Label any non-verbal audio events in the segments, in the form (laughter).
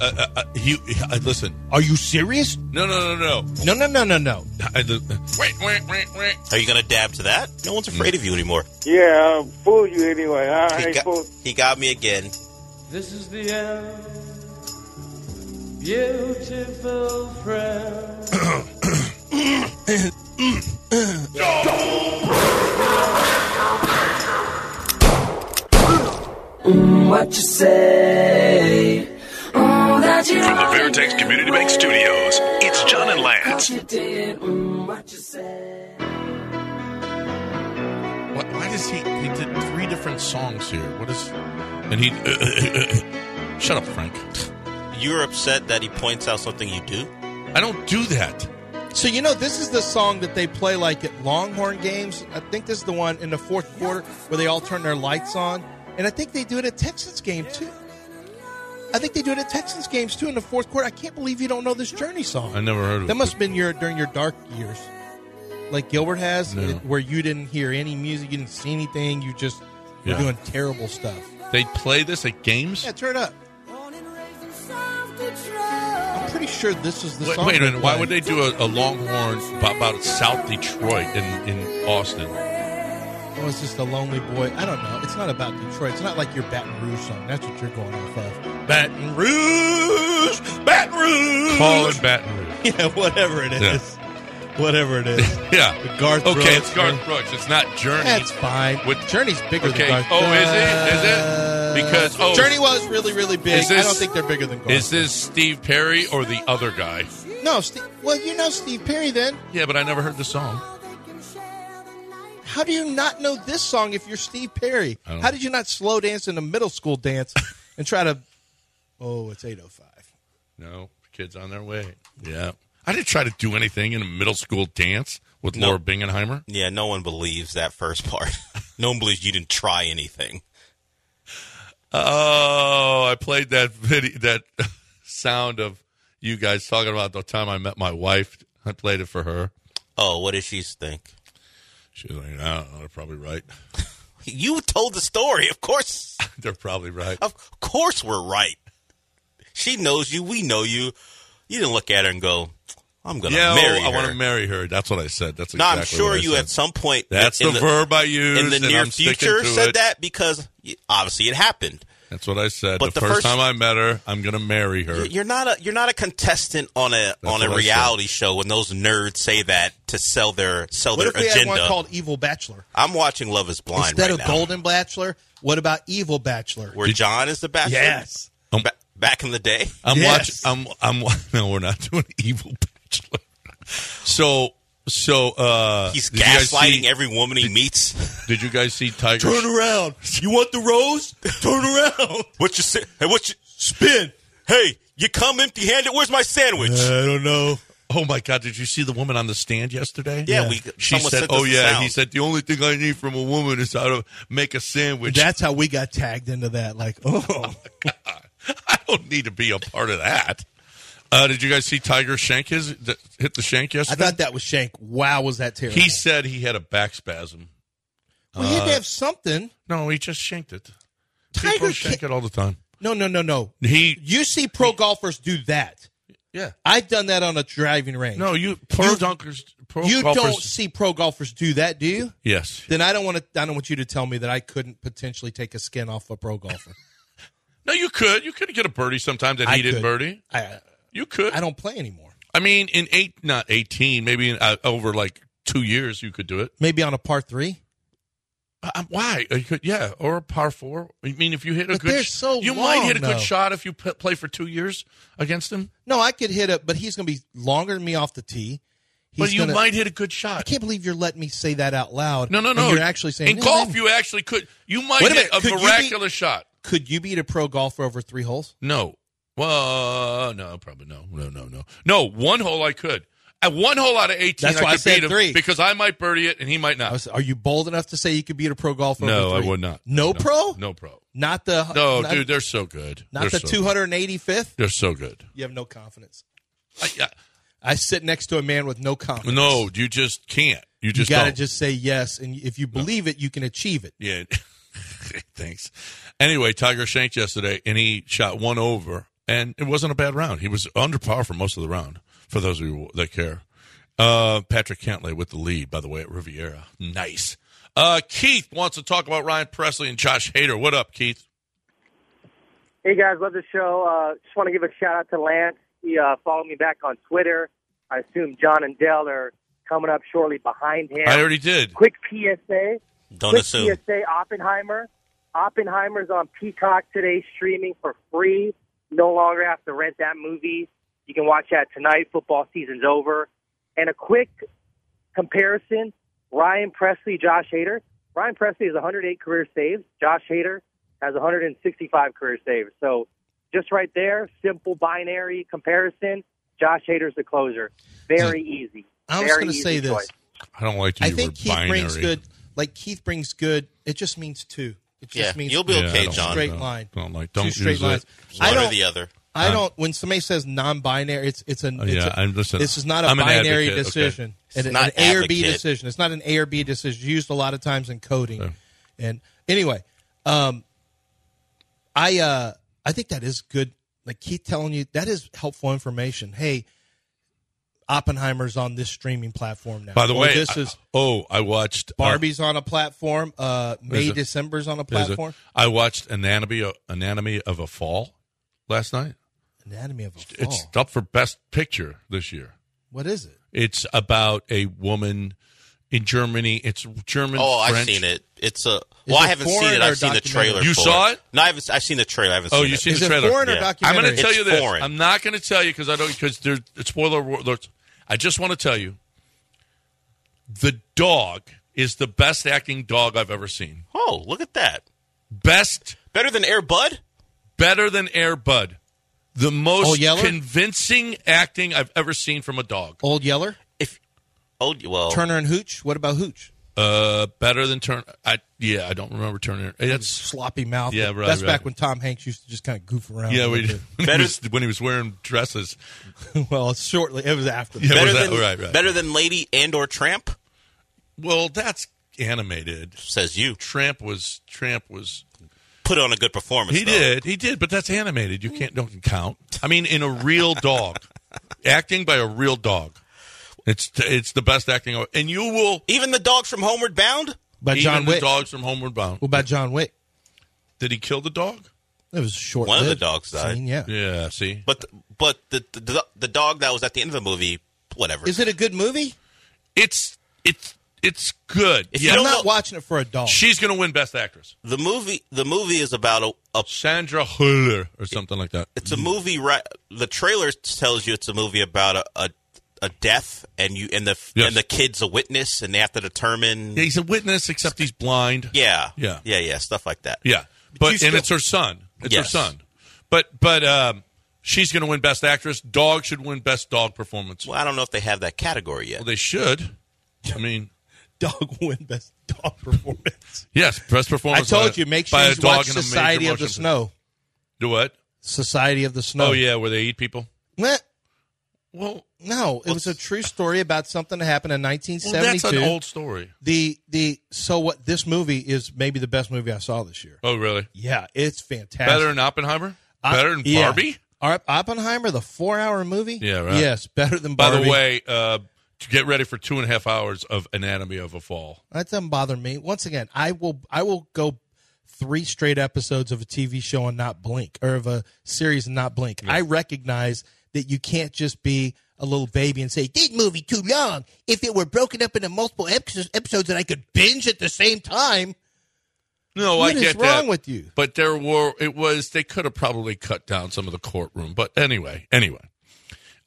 uh, uh, uh, he, uh, listen. are you serious? Uh, No, no, no, no. No, no, no, no, no. I, wait, wait, wait, wait. Hmm. Are you going to dab to that? No one's afraid of you anymore. Yeah, I'll fool you anyway. I He ain't got, fool. he got me again. This is the end, beautiful friend. What you say? Oh, that you From the Veritex Community Bank Studios, it's John and Lance. you did. Mm, what you say? Why, why does he? He did three different songs here. What is? And he. (laughs) shut up, Frank. You're upset that he points out something you do? I don't do that. So you know this is the song that they play like at Longhorn games. I think this is the one in the fourth quarter where they all turn their lights on, and I think they do it at Texans game too. I think they do it at Texans games too in the fourth quarter. I can't believe you don't know this Journey song. I never heard of That it. must have been your during your dark years, like Gilbert has, No. where you didn't hear any music, you didn't see anything, you just were Yeah. doing terrible stuff. They play this at games. Yeah, turn it up. I'm pretty sure this is the Wait, song. wait a minute. Why play. would they do a, a Longhorn b- about South Detroit in in Austin? Oh, it's just a lonely boy. I don't know. It's not about Detroit. It's not like your Baton Rouge song. That's what you're going off of. Baton Rouge, Baton Rouge. Call it Baton Rouge. (laughs) Yeah, whatever it is. Yeah. Whatever it is. (laughs) Yeah. Garth okay, Brooks, it's Garth man. Brooks. It's not Journey. That's fine. With- Journey's bigger Okay. than Garth. Oh, is it? Is it? Because- oh. Journey was really, really big. Is this- I don't think they're bigger than Garth. Is this Steve Perry or the other guy? No, Steve, well, you know Steve Perry then. Yeah, but I never heard the song. How do you not know this song if you're Steve Perry? I don't- How did you not slow dance in a middle school dance and try to? Oh, it's eight oh five. No, kids on their way. Yeah, I didn't try to do anything in a middle school dance with No. Laura Bingenheimer. Yeah, no one believes that first part. (laughs) no one believes you didn't try anything. Oh, I played that video, that (laughs) sound of you guys talking about the time I met my wife. I played it for her. Oh, what does she think? She was like, "I don't know. They're probably right. (laughs) You told the story. Of course. they're probably right." Of course we're right. She knows you. We know you. You didn't look at her and go, I'm going to yeah, marry oh, I her. want to marry her. That's what I said. That's No, exactly I'm sure what I you said. at some point That's in the, verb I used in the and near I'm sticking future to said it. that because y- obviously it happened. That's what I said. But the, the first, first- time I met her, I'm going to marry her. You're- You're not a you're not a contestant on a on a what I said. reality show when those nerds say that to sell their sell What their if we had agenda. one called Evil Bachelor I'm watching Love Is Blind instead right of now, Golden Bachelor? What about Evil Bachelor? where John is the bachelor. Um, Ba- back in the day. I'm Yes. watching. I'm. (laughs) I'm. No, we're not doing Evil Bachelor. So, so uh, He's did you guys gaslighting see- every woman he meets. (laughs) Did you guys see Tiger? around. You want the rose? Turn around. What you say? Hey, what you spin? Hey, you come empty-handed. Where's my sandwich? I don't know. Oh my God! Did you see the woman on the stand yesterday? Yeah, we- She someone said, sent us "Oh the yeah." sound. He said, "The only thing I need from a woman is how to make a sandwich." (laughs) That's how we got tagged into that. Like, oh, (laughs) I don't need to be a part of that. Uh, did you guys see Tiger Shank his, that hit the shank I yesterday? thought that was Shank. Wow, was that terrible? he said he had a back spasm. well, uh, he had to have something. No, he just shanked it. Tiger People Ki- shank it all the time. No, no, no, no. He, You see pro golfers do that. yeah. I've done that on a driving range. No, you pro You- dunkers, pro you golfers. don't see pro golfers do that, do you? yes. Then I don't want to. I don't want you to tell me that I couldn't potentially take a skin off a pro (laughs) golfer. No, you could. You could get a birdie sometime that I he did could. birdie. I You could. I I, don't play anymore. mean, in eight, not eighteen, maybe in, uh, over like two years, you could do it. Maybe on a par three. Uh, why? Uh, You could, yeah, or a par four. I mean, if you hit a But good, they're sh- so you might long, hit a good though. shot if you p- play for two years against him. No, I could hit it, but he's going to be longer than me off the tee. He's but you gonna- might hit a good I shot. can't believe you're letting me say that out loud. No, no, and no. You're actually saying in "No, golf, maybe." you actually could. You might Wait a hit minute, a could you be- miraculous shot. could you beat a pro golfer over three holes? No. Well, no, probably no, no, no, no, no. One hole I could. At one hole out of 18, That's why I could said beat him three. because I might birdie it and he might not. I was- Are you bold enough to say you could beat a pro golfer? no, over I three? would not. No, pro? No pro. Not the No, not, dude, they're so good. Not they're the so two good. hundred eighty fifth. They're so good. You have no confidence. I, I, I sit next to a man with no confidence. no, you just can't. You you just got to don't. just say yes, and if you believe it, you can achieve it. Yeah. (laughs) Thanks. Anyway, Tiger shanked yesterday, and he shot one over, and it wasn't a bad round. He was under par for most of the round. For those of you that care, uh, Patrick Cantlay with the lead, by the way, at Riviera. Nice. Uh, Keith wants to talk about Ryan Presley and Josh Hader. What up, Keith? Hey guys, love the show. Uh, just want to give a shout out to Lance. He uh, followed me back on Twitter. I assume John and Dell are coming up shortly behind him. I already did. Quick PSA. Don't Quick assume. PSA. Oppenheimer. Oppenheimer's on Peacock today, streaming for free. No longer have to rent that movie. You can watch that tonight. Football season's over. And a quick comparison: Ryan Presley, Josh Hader. Ryan Presley has 108 career saves. Josh Hader has 165 career saves. So just right there, simple binary comparison. Josh Hader's the closer. Very easy. I was Very going to easy say this. choice. I don't like to I use think the Keith word brings binary. good. Like Keith brings good. It just means two. It Yeah, just means you'll be Yeah, I okay, don't- John. Straight no, line. Don't like. Don't two straight use lines. it. One I or don't. the other. I don't. When somebody says non-binary, it's it's an. Oh, it's yeah, a- I'm listening. This is not a I'm an binary advocate, okay. decision. It's not an A or B advocate. decision. It's not an A or B decision. Used a lot of times in coding. Okay. And anyway, um, I uh, I think that is good. Like Keith telling you, that is helpful information. Hey, Oppenheimer's on this streaming platform now. By the Or way, this I- is oh, I watched uh, Barbie's on a platform. Uh, May it- December's on a Is it- platform. I watched Anatomy uh, Anatomy of a Fall last night. Anatomy of a Fall. It's up for Best Picture this year. what is it? It's about a woman in Germany. It's German. Oh, I've French. seen it. It's a. Is Well, I it haven't foreign seen it. or I've seen the trailer. documentary? You for saw it? No, I haven't. I've seen the trailer. I haven't. Oh, seen you it. seen Is the it trailer? foreign or Yeah. I'm documentary? going to tell It's you this. foreign. I'm not going to tell you because I don't because there's it's spoiler alerts. I just want to tell you, the dog is the best acting dog I've ever seen. Oh, look at that. Best, Better than Air Bud. better than Air Bud. The Oh, most Yeller? convincing acting I've ever seen from a dog. Old Yeller, If oh well, Turner and Hooch. What about Hooch? Uh, better than Turner. I yeah, I don't remember Turner. Hey, That's sloppy mouth. Yeah, right, That's right. back when Tom Hanks used to just kind of goof around. yeah, a we little (laughs) when he Better- was, when he was wearing dresses. bit. well, it's shortly it (laughs) was after. Yeah, better was that- than right, right. better than Lady and or Tramp. Well, that's animated. Says you. Tramp was Tramp was Put on a good performance. he though. did he did, but that's animated. You can't don't count. I mean, in a real dog, acting by a real dog. It's it's the best acting, I've- and you will. Even the dogs from Homeward Bound. By even John the Wick. dogs from Homeward Bound. What about John Wick? Did he kill the dog? It was short. One of the dogs died. yeah. Yeah. See, But but the, the the dog that was at the end of the movie, whatever. Is it a good movie? it's it's it's good. If you yeah. don't I'm not know- watching it for a dog. She's gonna win Best Actress. the movie the movie is about a, a Sandra Hüller or something like that. it's a movie right the trailer tells you it's a movie about a, a a death and you and the Yes. and the kid's a witness and they have to determine Yeah, he's a witness, except he's blind. yeah Yeah. yeah yeah stuff like that Yeah. But still- and it's her son. It's her Yes. son. But but um, she's going to win Best Actress. Dog should win Best Dog Performance. Well, well i don't know if they have that category yet they should. I mean, (laughs) dog win best dog performance. yes, Best I Performance. by told a- you, make sure by you a dog watch in a major Society of the motion Snow. picture. Do what? Society of the Snow. Oh yeah, where they eat people. Meh. Well, No, it was a true story about something that happened in well that's 1972. an old story. the the so what this movie is maybe the best movie I saw this year. Oh really? Yeah, it's fantastic. Better than Oppenheimer? I- Better than Uh, yeah. Barbie? Ar- Oppenheimer, the four-hour movie. Yeah, right. Yes, better than. By Barbie. the way, uh, to get ready for two and a half hours of Anatomy of a Fall. that doesn't bother me. Once again, I will I will go three straight episodes of a TV show and not blink, or of a series and not blink. I recognize that you can't just be a little baby and say this movie too long. If it were broken up into multiple episodes episodes that I could binge at the same time, No, what Oh, is I get wrong that. with you? But there were it was they could have probably cut down some of the courtroom. But anyway, anyway.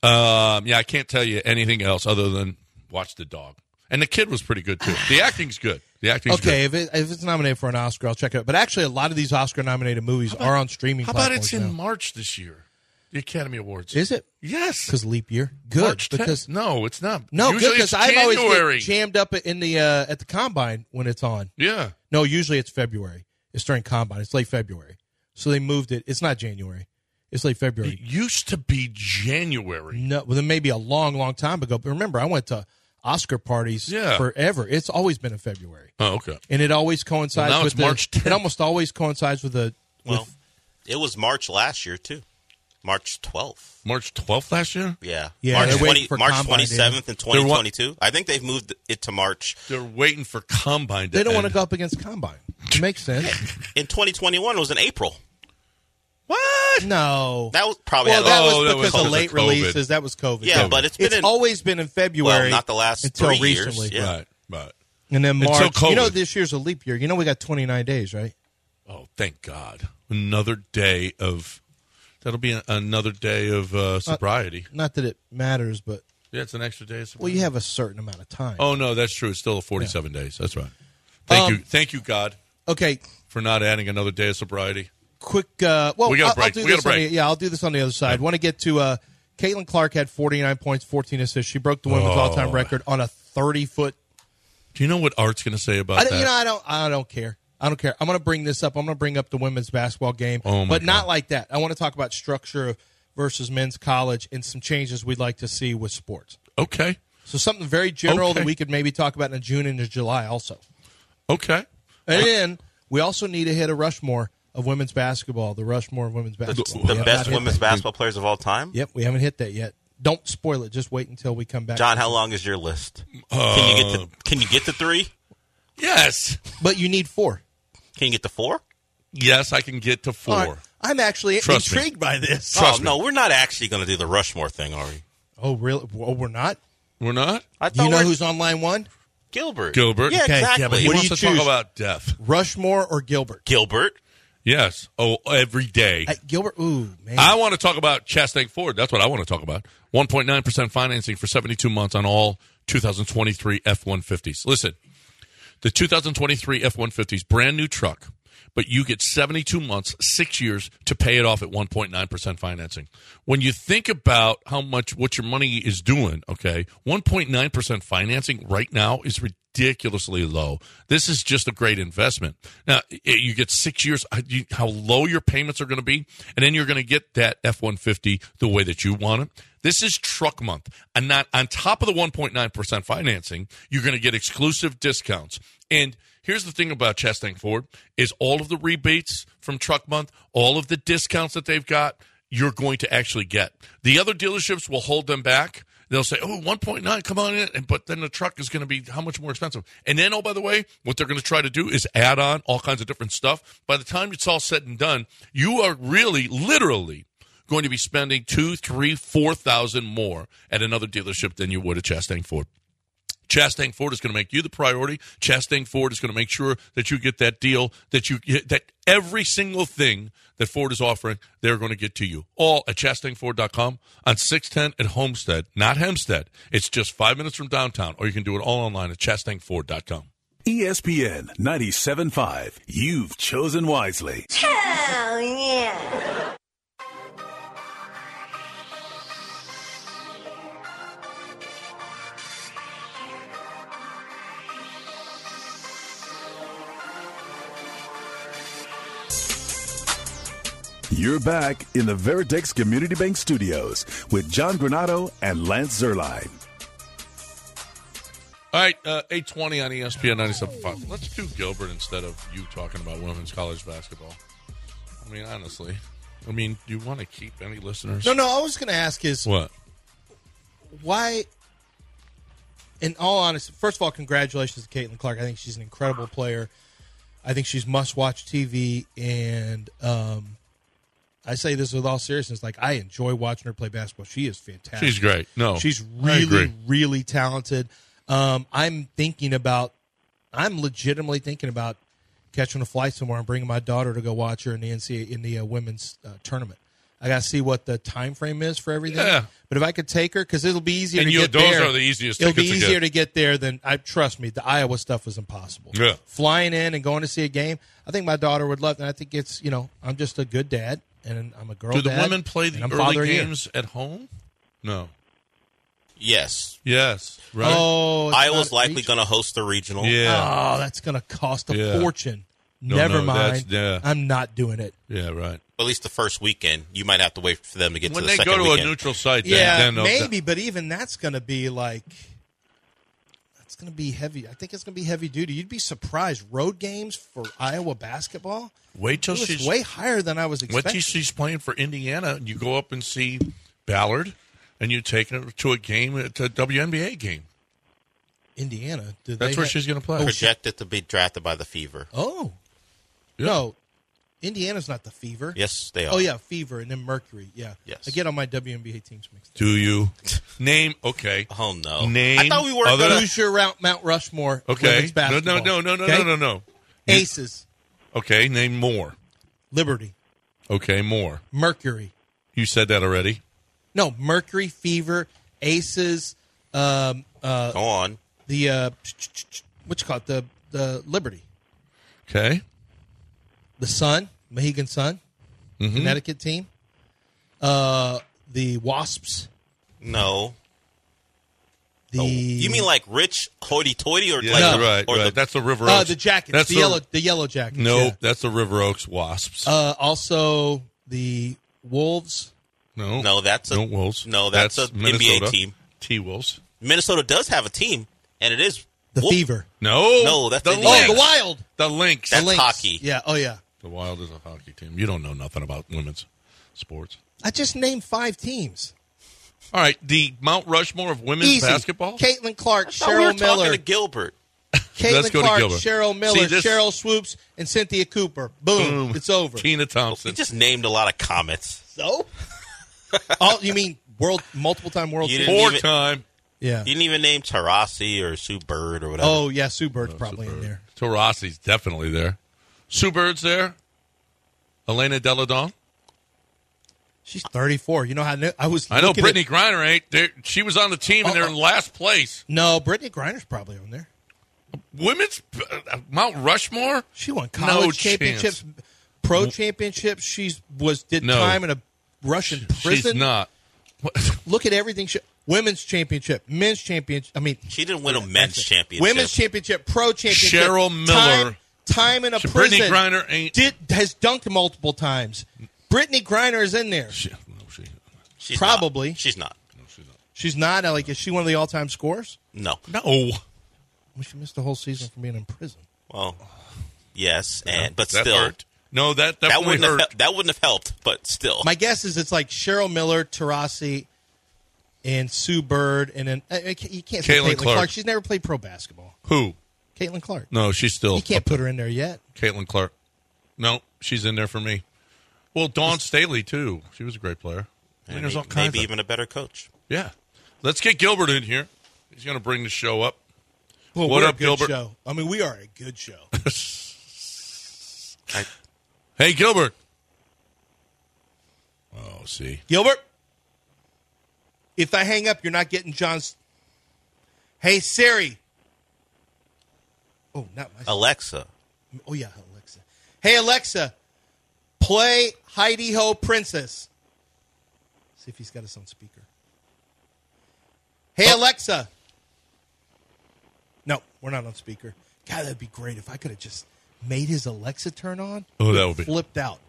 Um yeah, I can't tell you anything else other than watch the dog. And the kid was pretty good too. The acting's good. The acting's Okay, if, it, if it's nominated for an Oscar, I'll check it out. But actually, a lot of these Oscar-nominated movies are on streaming. good. How about platforms it's in now. March this year? The Academy Awards. Is it? yes. Because leap year. Good. March 10th. because no, it's not. no, good Usually because it's I always January. get jammed up in the uh, at the combine when it's on. yeah. No, usually it's February. It's during combine. It's late February. So they moved it. It's not January. It's late It February. used to be January. No, well, then maybe a long, long time ago. But remember, I went to Oscar parties Yeah. forever. It's always been in February, Oh, okay. and it always coincides Well, now with it's the, March 10th. It almost always coincides with the. With, Well, it was March last year too. March 12th. March 12th last year? Yeah. Yeah, March they're waiting 20, for March Combine data. 27th and They're wa- 2022. I think they've moved it to March. They're waiting for combine to they don't want to end. go up against combine. It makes sense. (laughs) In 2021 it was in April. What? No. That was probably well, had a- that Oh, was that was because because of of late COVID. releases. That was COVID. Yeah, but it's been in- always been in February. Well, not the last until three years, recently. yeah. Right, right. And then Until March. You know, COVID. this year's a leap year. You know, we got 29 days, right? Oh, thank God. Another day of. That'll be a- another day of uh, sobriety. Not that it matters, but yeah, it's an extra day of sobriety. well, you have a certain amount of time. Oh no, that's true. It's still 47 days. That's right. Thank Um, you, thank you, God, Okay, for not adding another day of sobriety. quick. Uh, well, We got a I'll- I'll break. do We got this a on break. the- yeah, I'll do this on the other side. Want to get to uh, Caitlin Clark had 49 points, 14 assists. She broke the women's Oh. all-time record on a 30 foot. Do you know what Art's going to say about I don't, that? you know, I don't. I don't care. I don't care. I'm going to bring this up. I'm going to bring up the women's basketball game, Oh, my but not God. like that. I want to talk about structure versus men's college and some changes we'd like to see with sports. okay, So something very general Okay. that we could maybe talk about in June and in July also. okay. And then we also need to hit a Rushmore of women's basketball. The Rushmore of women's basketball. The We have best not hit women's that. basketball players of all time. Yep, we haven't hit that yet. Don't spoil it. Just wait until we come back. John, how long is your list? can you get Uh, to Can you get to three? Yes, But you need four. Can you get to four? yes, I can get to four. All right. I'm actually Trust me. intrigued by this. Trust oh me. no, we're not actually going to do the Rushmore thing, are we? Oh, really? Oh, we're not? We're not I Do you know we're- who's on line one? Gilbert? Gilbert. Yeah, Okay, exactly. Yeah, but he What do wants you to talk choose? about death. Rushmore or Gilbert? Gilbert. Yes. Oh, every day. Uh, Gilbert? Ooh, man. I want to talk about Chastang Ford. That's what I want to talk about. 1.9% financing for 72 months on all 2023 F 150s. Listen, the 2023 F 150s, brand new truck, but you get 72 months, six years to pay it off at 1.9% financing. When you think about how much, what your money is doing, okay, 1.9% financing right now is ridiculously low. This is just a great investment. Now, i- you get six years, I- you- how low your payments are going to be, and then you're going to get that F 150 the way that you want it. This is truck month. And not on top of the 1.9% financing, you're going to get exclusive discounts. And here's the thing about Chastang Ford is all of the rebates from truck month, all of the discounts that they've got, you're going to actually get. The other dealerships will hold them back. They'll say, "Oh, 1.9, come on in," and- but then the truck is going to be how much more expensive? And then, oh, by the way, what they're going to try to do is add on all kinds of different stuff. By the time it's all said and done, you are really, literally, going to be spending two, three, four thousand more at another dealership than you would at Chastang Ford. Chastang Ford is going to make you the priority. Chastang Ford is going to make sure that you get that deal, that you that every single thing that Ford is offering, they're going to get to you. All at chastangford.com on 610 at Homestead, not Hempstead. It's just five minutes from downtown, or you can do it all online at chastangford.com. E ESPN 97.5. You've chosen wisely. You're back in the Veritex Community Bank Studios with John Granado and Lance Zerline. All right, uh, 820 on ESPN 97.5. Let's do Gilbert instead of you talking about women's college basketball. I mean, honestly. I mean, do you want to keep any listeners? no, no. I was going to ask is What? why in all honesty first of all congratulations to caitlin clark i think she's an incredible player i think she's must watch tv and um, i say this with all seriousness like i enjoy watching her play basketball she is fantastic She's great. No. she's Oh, I really agree. really talented um, i'm thinking about i'm legitimately thinking about catching a flight somewhere and bringing my daughter to go watch her in the NCAA, in the uh, women's uh, tournament i gotta see what the time frame is for everything Yeah. but if I could take her, because it'll be easier And to you- get those there. are the easiest It'll be tickets to easier get. to get there than I trust me. The Iowa stuff was impossible. Yeah. flying in and going to see a game. I think my daughter would love, and I think it's you know I'm just a good dad, and I'm a girl. Do the dad, women play and the I'm father early of the year. games at home? No. Yes. Yes. Right. Oh, it's Iowa's not a likely reach. going to host the regional. uh, yeah. Oh, that's gonna cost a Yeah. fortune. No, Never no, that's- mind. yeah. I'm not doing it. yeah. Right. At least the first weekend. You might have to wait for them to get to When the they second go to weekend. a neutral site, then, Yeah, then they'll- maybe, but even that's going to be like that's going to be heavy. I think it's going to be heavy duty. You'd be surprised. Road games for Iowa basketball Wait till it was she's way higher than I was What expecting. she, she's playing for Indiana, and you go up and see Ballard, and you take her to a game, to a WNBA game. Indiana. Did That's they where have- she's going to play. Oh, Projected to be drafted by the Fever. Oh, Yeah. no, Indiana's not the Fever. Yes, they are. Oh yeah, Fever and then Mercury. Yeah. Yes. I get all my WNBA teams mixed. up. Do you name? Okay. Uh-huh. Oh no. Name I thought we were other- going to. Who's your route Mount Rushmore? of Okay. women's No, no, basketball? no, no, no, Okay? no, no, no. Aces, Okay. Name more. Liberty, Okay. More. Mercury. You said that already. No, Mercury, Fever, Aces, um, uh, Go on. the uh, what you call it, the the Liberty, Okay. the Sun, Mohegan Sun, Mm-hmm. Connecticut team, uh, the Wasps, No. the Oh, You mean like rich hoity-toity or like Yeah, the- right. or right. the- that's the River uh, Oaks. the Jackets, That's the, yellow the Yellow Jackets. No, yeah. that's the River Oaks Wasps. Uh, also the Wolves. no, no, that's a- no Wolves. no, that's a NBA Minnesota. team. T Wolves. Minnesota does have a team, and it is The Wolf- Fever. No, No, that's the Indiana. Lynx. Oh, the Wild. The Lynx. That's the Lynx. hockey. Yeah. Oh, yeah. The Wild is a hockey team. You don't know nothing about women's sports. I just named five teams. All right, the Mount Rushmore of women's Easy. basketball. Caitlin Clark, I thought we were Cheryl talking Miller, to Gilbert. Let's Caitlin go to Clark, Gilbert. Cheryl Miller, See, this- Cheryl Swoops, and Cynthia Cooper. Boom. It's over. Tina He Thompson. just named a lot of comments. (laughs) So? oh, you mean world multiple time world You champion? didn't- Four even- time Yeah. You didn't even name Tarasi or Sue Bird or whatever. Oh yeah, Sue Bird's probably in there. Taurasi's definitely there. Sue Bird's there. Elena Deladon. She's thirty four. You know how I, knew, I was. I know looking Brittany At, Griner ain't. There. She was on the Uh-uh. team and they're in last place. no, Brittany Griner's probably on there. Women's uh, Mount Rushmore. She won No college chance. championships, pro championships. She's was did No. time in a Russian prison. She's not. (laughs) Look at everything. She, women's championship, men's championship. I mean, She didn't win a men's championship. women's championship, pro championship. Cheryl Miller. time, time in a She- prison. Brittany Griner ain't- did has dunked multiple times. Brittany Griner is in there. She, no, she, She's Probably. Not. She's not. She's not like is she one of the all time scorers? No. no. Well, she missed the whole season from being in prison. Well, yes, and but That still, hurt. No, that that definitely wouldn't have, hurt. hel- that wouldn't have helped. But still, My guess is it's like Cheryl Miller, Tarasi, and Sue Bird, and then uh, you can't you can't say Caitlin Caitlin Clark. Clark. She's never played pro basketball. Who? Caitlin Clark. No, she's still. You can't put her in there yet. Caitlin Clark. No, she's in there for me. Well, Dawn Staley too. She was a great player. I mean, And there's may- all kinds maybe of- even a better coach. yeah. Let's get Gilbert in here. He's going to bring the show up. Well, What we're up, a good Gilbert? Show. I mean, we are a good show. (laughs) I, Hey, Gilbert. Oh, see, Gilbert, if I hang up, you're not getting John's. Hey Siri. Oh, not my. Alexa, Oh yeah, Alexa. Hey Alexa, play Heidi Ho Princess. See if he's got us on speaker. Oh. Hey Alexa. No, we're not on speaker. God, that'd be great if I could have just made his Alexa turn on. Oh, that would be- flipped out.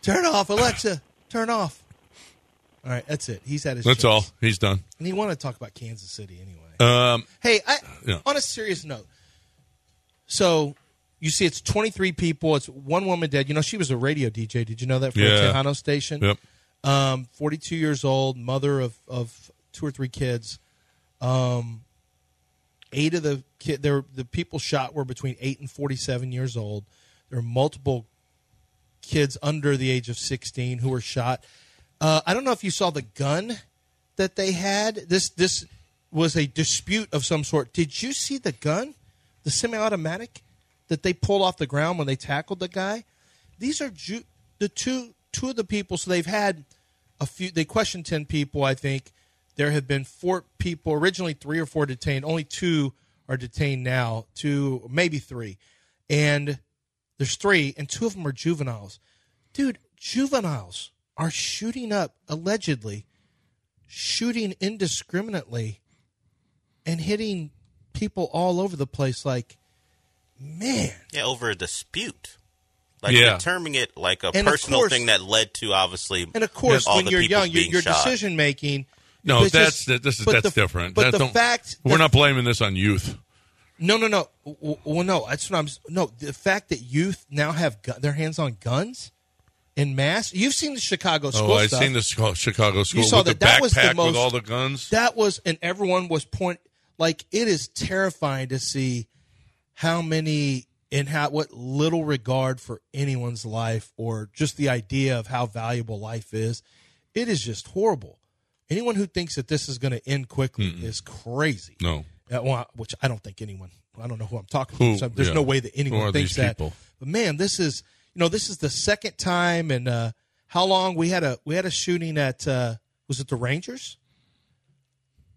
Turn off, Alexa. turn off. All right, that's it. He's had his. that's chance. all. He's done. And he wanted to talk about Kansas City anyway. Um, Hey, I, Yeah. on a serious note, so you see, it's 23 people. It's one woman dead. You know, she was a radio DJ. Did you know that from Yeah. a Tejano station? yep. Um, 42 years old, mother of, of two or three kids. Um, eight of the kid, there the people shot were between eight and 47 years old. There were multiple kids under the age of 16 who were shot. Uh, I don't know if you saw the gun that they had. This this was a dispute of some sort. Did you see the gun, the semi-automatic that they pulled off the ground when they tackled the guy? These are ju- the two two of the people. So they've had a few. They questioned ten people, I think. There have been four people originally, three or four detained. Only two are detained now. Two, maybe three, and there's three, and two of them are juveniles. Dude, juveniles are shooting up, allegedly, shooting indiscriminately and hitting people all over the place. Like, man, Yeah, over a dispute. Like Yeah. determining it like a And of personal course- thing that led to obviously and of course, all when the you're people young, your, being your shot. decision making. No, is that's just- that, this is but that's the- different. But That the don't- fact we're the not blaming this on youth. No, no, no. W- Well, no. That's what I'm. No, the fact that youth now have gu- their hands on guns in mass. You've seen the Chicago school. Oh, I've stuff. seen the Chica- Chicago school You saw with that. the that was backpack the most. with all the guns. That was, and everyone was point. Like it is terrifying to see how many and how what little regard for anyone's life or just the idea of how valuable life is. It is just horrible. Anyone who thinks that this is going to end quickly is crazy. No, Uh, well, which I don't think anyone. I don't know who I'm talking Who- to. So there's yeah. no way that Who anyone are thinks these that. people? But man, this is you know this is the second time in uh, how long we had a we had a shooting at uh, was it the Rangers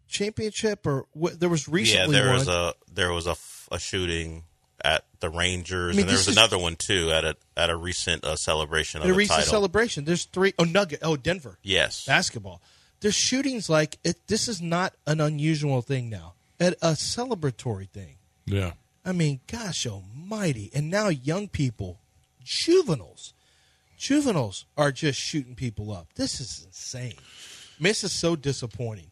championship or wh- there was Yeah, recently there one. was a there was a, f- a shooting at the Rangers, I mean, and there this was is- another one too at a at a recent uh, celebration of a the recent title. celebration. There's three oh Nugget oh Denver yes, (laughs) basketball. There's shootings like it, this is not an unusual thing now. At a celebratory thing. yeah, I mean, gosh almighty. And now young people, juveniles, juveniles are just shooting people up. This is insane. I mean, This is so disappointing.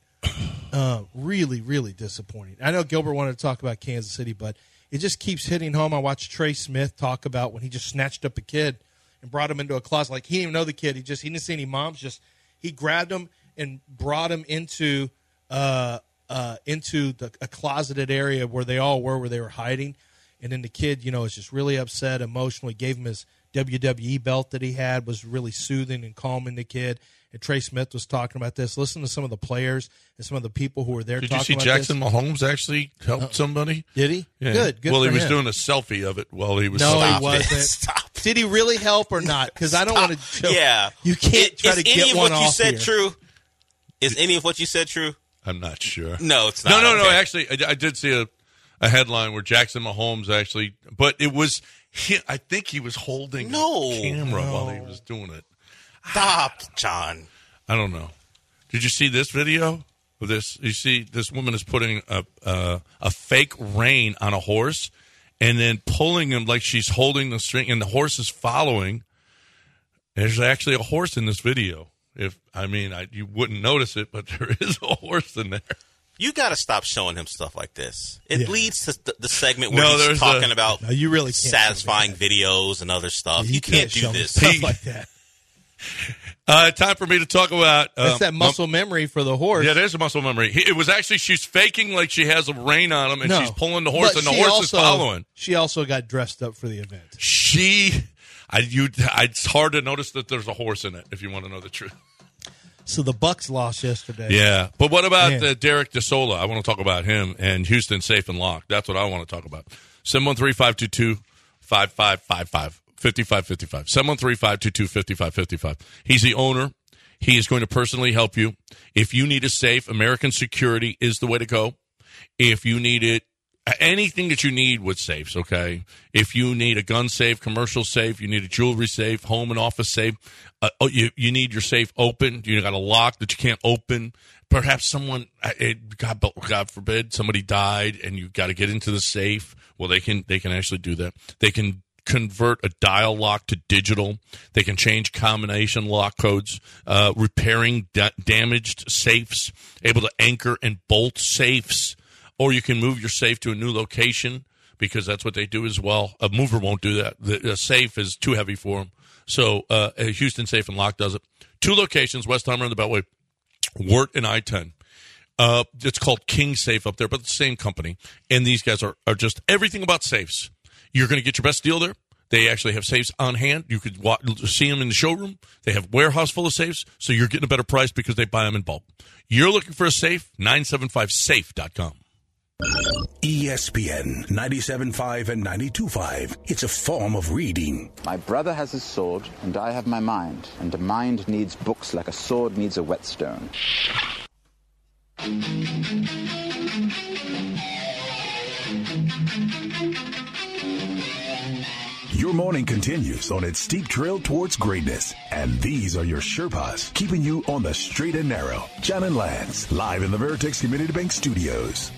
Uh, really, really disappointing. I know Gilbert wanted to talk about Kansas City, but it just keeps hitting home. I watched Trey Smith talk about when he just snatched up a kid and brought him into a closet. Like he didn't even know the kid. He just he didn't see any moms. Just he grabbed him and brought him into uh uh into the a closeted area where they all were, where they were hiding. And then the kid, you know, is just really upset emotionally. Gave him his WWE belt that he had, was really soothing and calming the kid. And Trey Smith was talking about this. Listen to some of the players and some of the people who were there Did you see talking about Jackson this. Mahomes actually help somebody? Did he? Yeah. Good. Good. well, for he was him. doing a selfie of it while he was. No, stopped. he wasn't. (laughs) Stop. Did he really help or not? Because I don't want to. Joke. Yeah, You can't I- try is to any get of one what you off said here. true. Is any of what you said true? (laughs) I'm not sure. No, it's No, not. no, no. Okay. Actually, I, I did see a, a headline where Jackson Mahomes actually, but it was, he, I think he was holding a No. camera while he was doing it. stop, John. I don't know. Did you see this video? Of this you see, this woman is putting a uh, a fake rein on a horse, and then pulling him like she's holding the string, and the horse is following. There's actually a horse in this video. If I mean, I, you wouldn't notice it, but (laughs) there is a horse in there. You got to stop showing him stuff like this. It Yeah. leads to the, the segment where No, he's there's talking a- about No, you really can't show me satisfying videos and other stuff. You, can't, show do me this. stuff He- like (laughs) that. Uh, time for me to talk about um, That's that muscle memory for the horse. Yeah, there's a muscle memory. He, it was actually she's faking like she has a rein on him, and No. she's pulling the horse, But and the she horse is also- following. She also got dressed up for the event. She, I you, I, it's hard to notice that there's a horse in it if you want to know the truth. So the Bucks lost yesterday. Yeah, but what about Man. uh, Derek DeSola? I want to talk about him and Houston safe and locked. That's what I want to talk about. 713-522-5555. 5555. 713-522-5555. He's the owner. He is going to personally help you. If you need a safe, American Security is the way to go. If you need it, anything that you need with safes, okay? If you need a gun safe, commercial safe, you need a jewelry safe, home and office safe, uh, oh, you, you need your safe open, you got a lock that you can't open. Perhaps someone, uh, it, God, but- God forbid, somebody died and you got to get into the safe. Well, they can they can actually do that. They can convert a dial lock to digital. They can change combination lock codes, uh, repairing da- damaged safes, able to anchor and bolt safes or you can move your safe to a new location because that's what they do as well. A mover won't do that. The, a safe is too heavy for them. So uh, uh, Houston Safe and Lock does it. Two locations, West Hummer and the Beltway, Wirt and I-10. Uh, it's called King Safe up there, but the same company. And these guys are, are just everything about safes. You're going to get your best deal there. They actually have safes on hand. You could wa see them in the showroom. They have warehouse full of safes, so you're getting a better price because they buy them in bulk. You're looking for a safe, 975safe.com. E ESPN 97.5 and 92.5. It's a form of reading. My brother has his sword, and I have my mind. And a mind needs books like a sword needs a whetstone. You're Your morning continues on its steep trail towards greatness. And these are your Sherpas keeping you on the straight and narrow. John and Lance, live in the Veritex Community Bank Studios.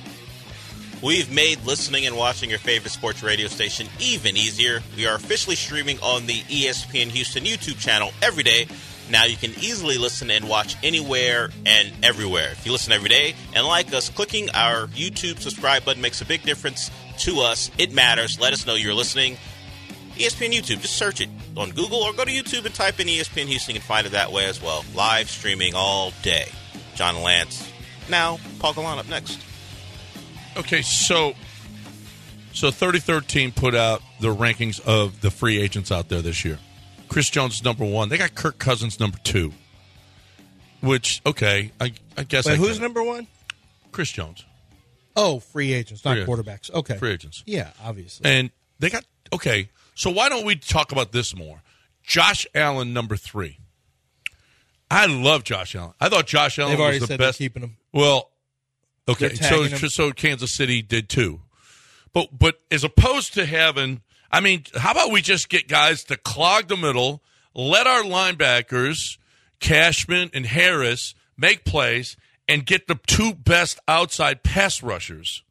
We've made listening and watching your favorite sports radio station even easier. We are officially streaming on the E ESPN Houston YouTube channel every day. Now you can easily listen and watch anywhere and everywhere. If you listen every day and like us, clicking our YouTube subscribe button makes a big difference to us. It matters. Let us know you're listening. E ESPN YouTube, just search it on Google or go to YouTube and type in E ESPN Houston and find it that way as well. Live streaming all day. John Lance. Now, Paul Galan up next. Okay, so so 3013 put out the rankings of the free agents out there this year. Chris Jones is number one. They got Kirk Cousins number two. Which okay, I, I guess. Wait, I who's can- number one? Chris Jones? Oh, free agents, not Free agents. quarterbacks. Okay, Free agents. Yeah, obviously. And they got okay. So why don't we talk about this more? Josh Allen number three. I love Josh Allen. I thought Josh Allen They've already was the said they're best. keeping him. Well, okay. They're So tagging him. so Kansas City did too. But but as opposed to having, I mean, how about we just get guys to clog the middle, let our linebackers Cashman and Harris make plays, and get the two best outside pass rushers.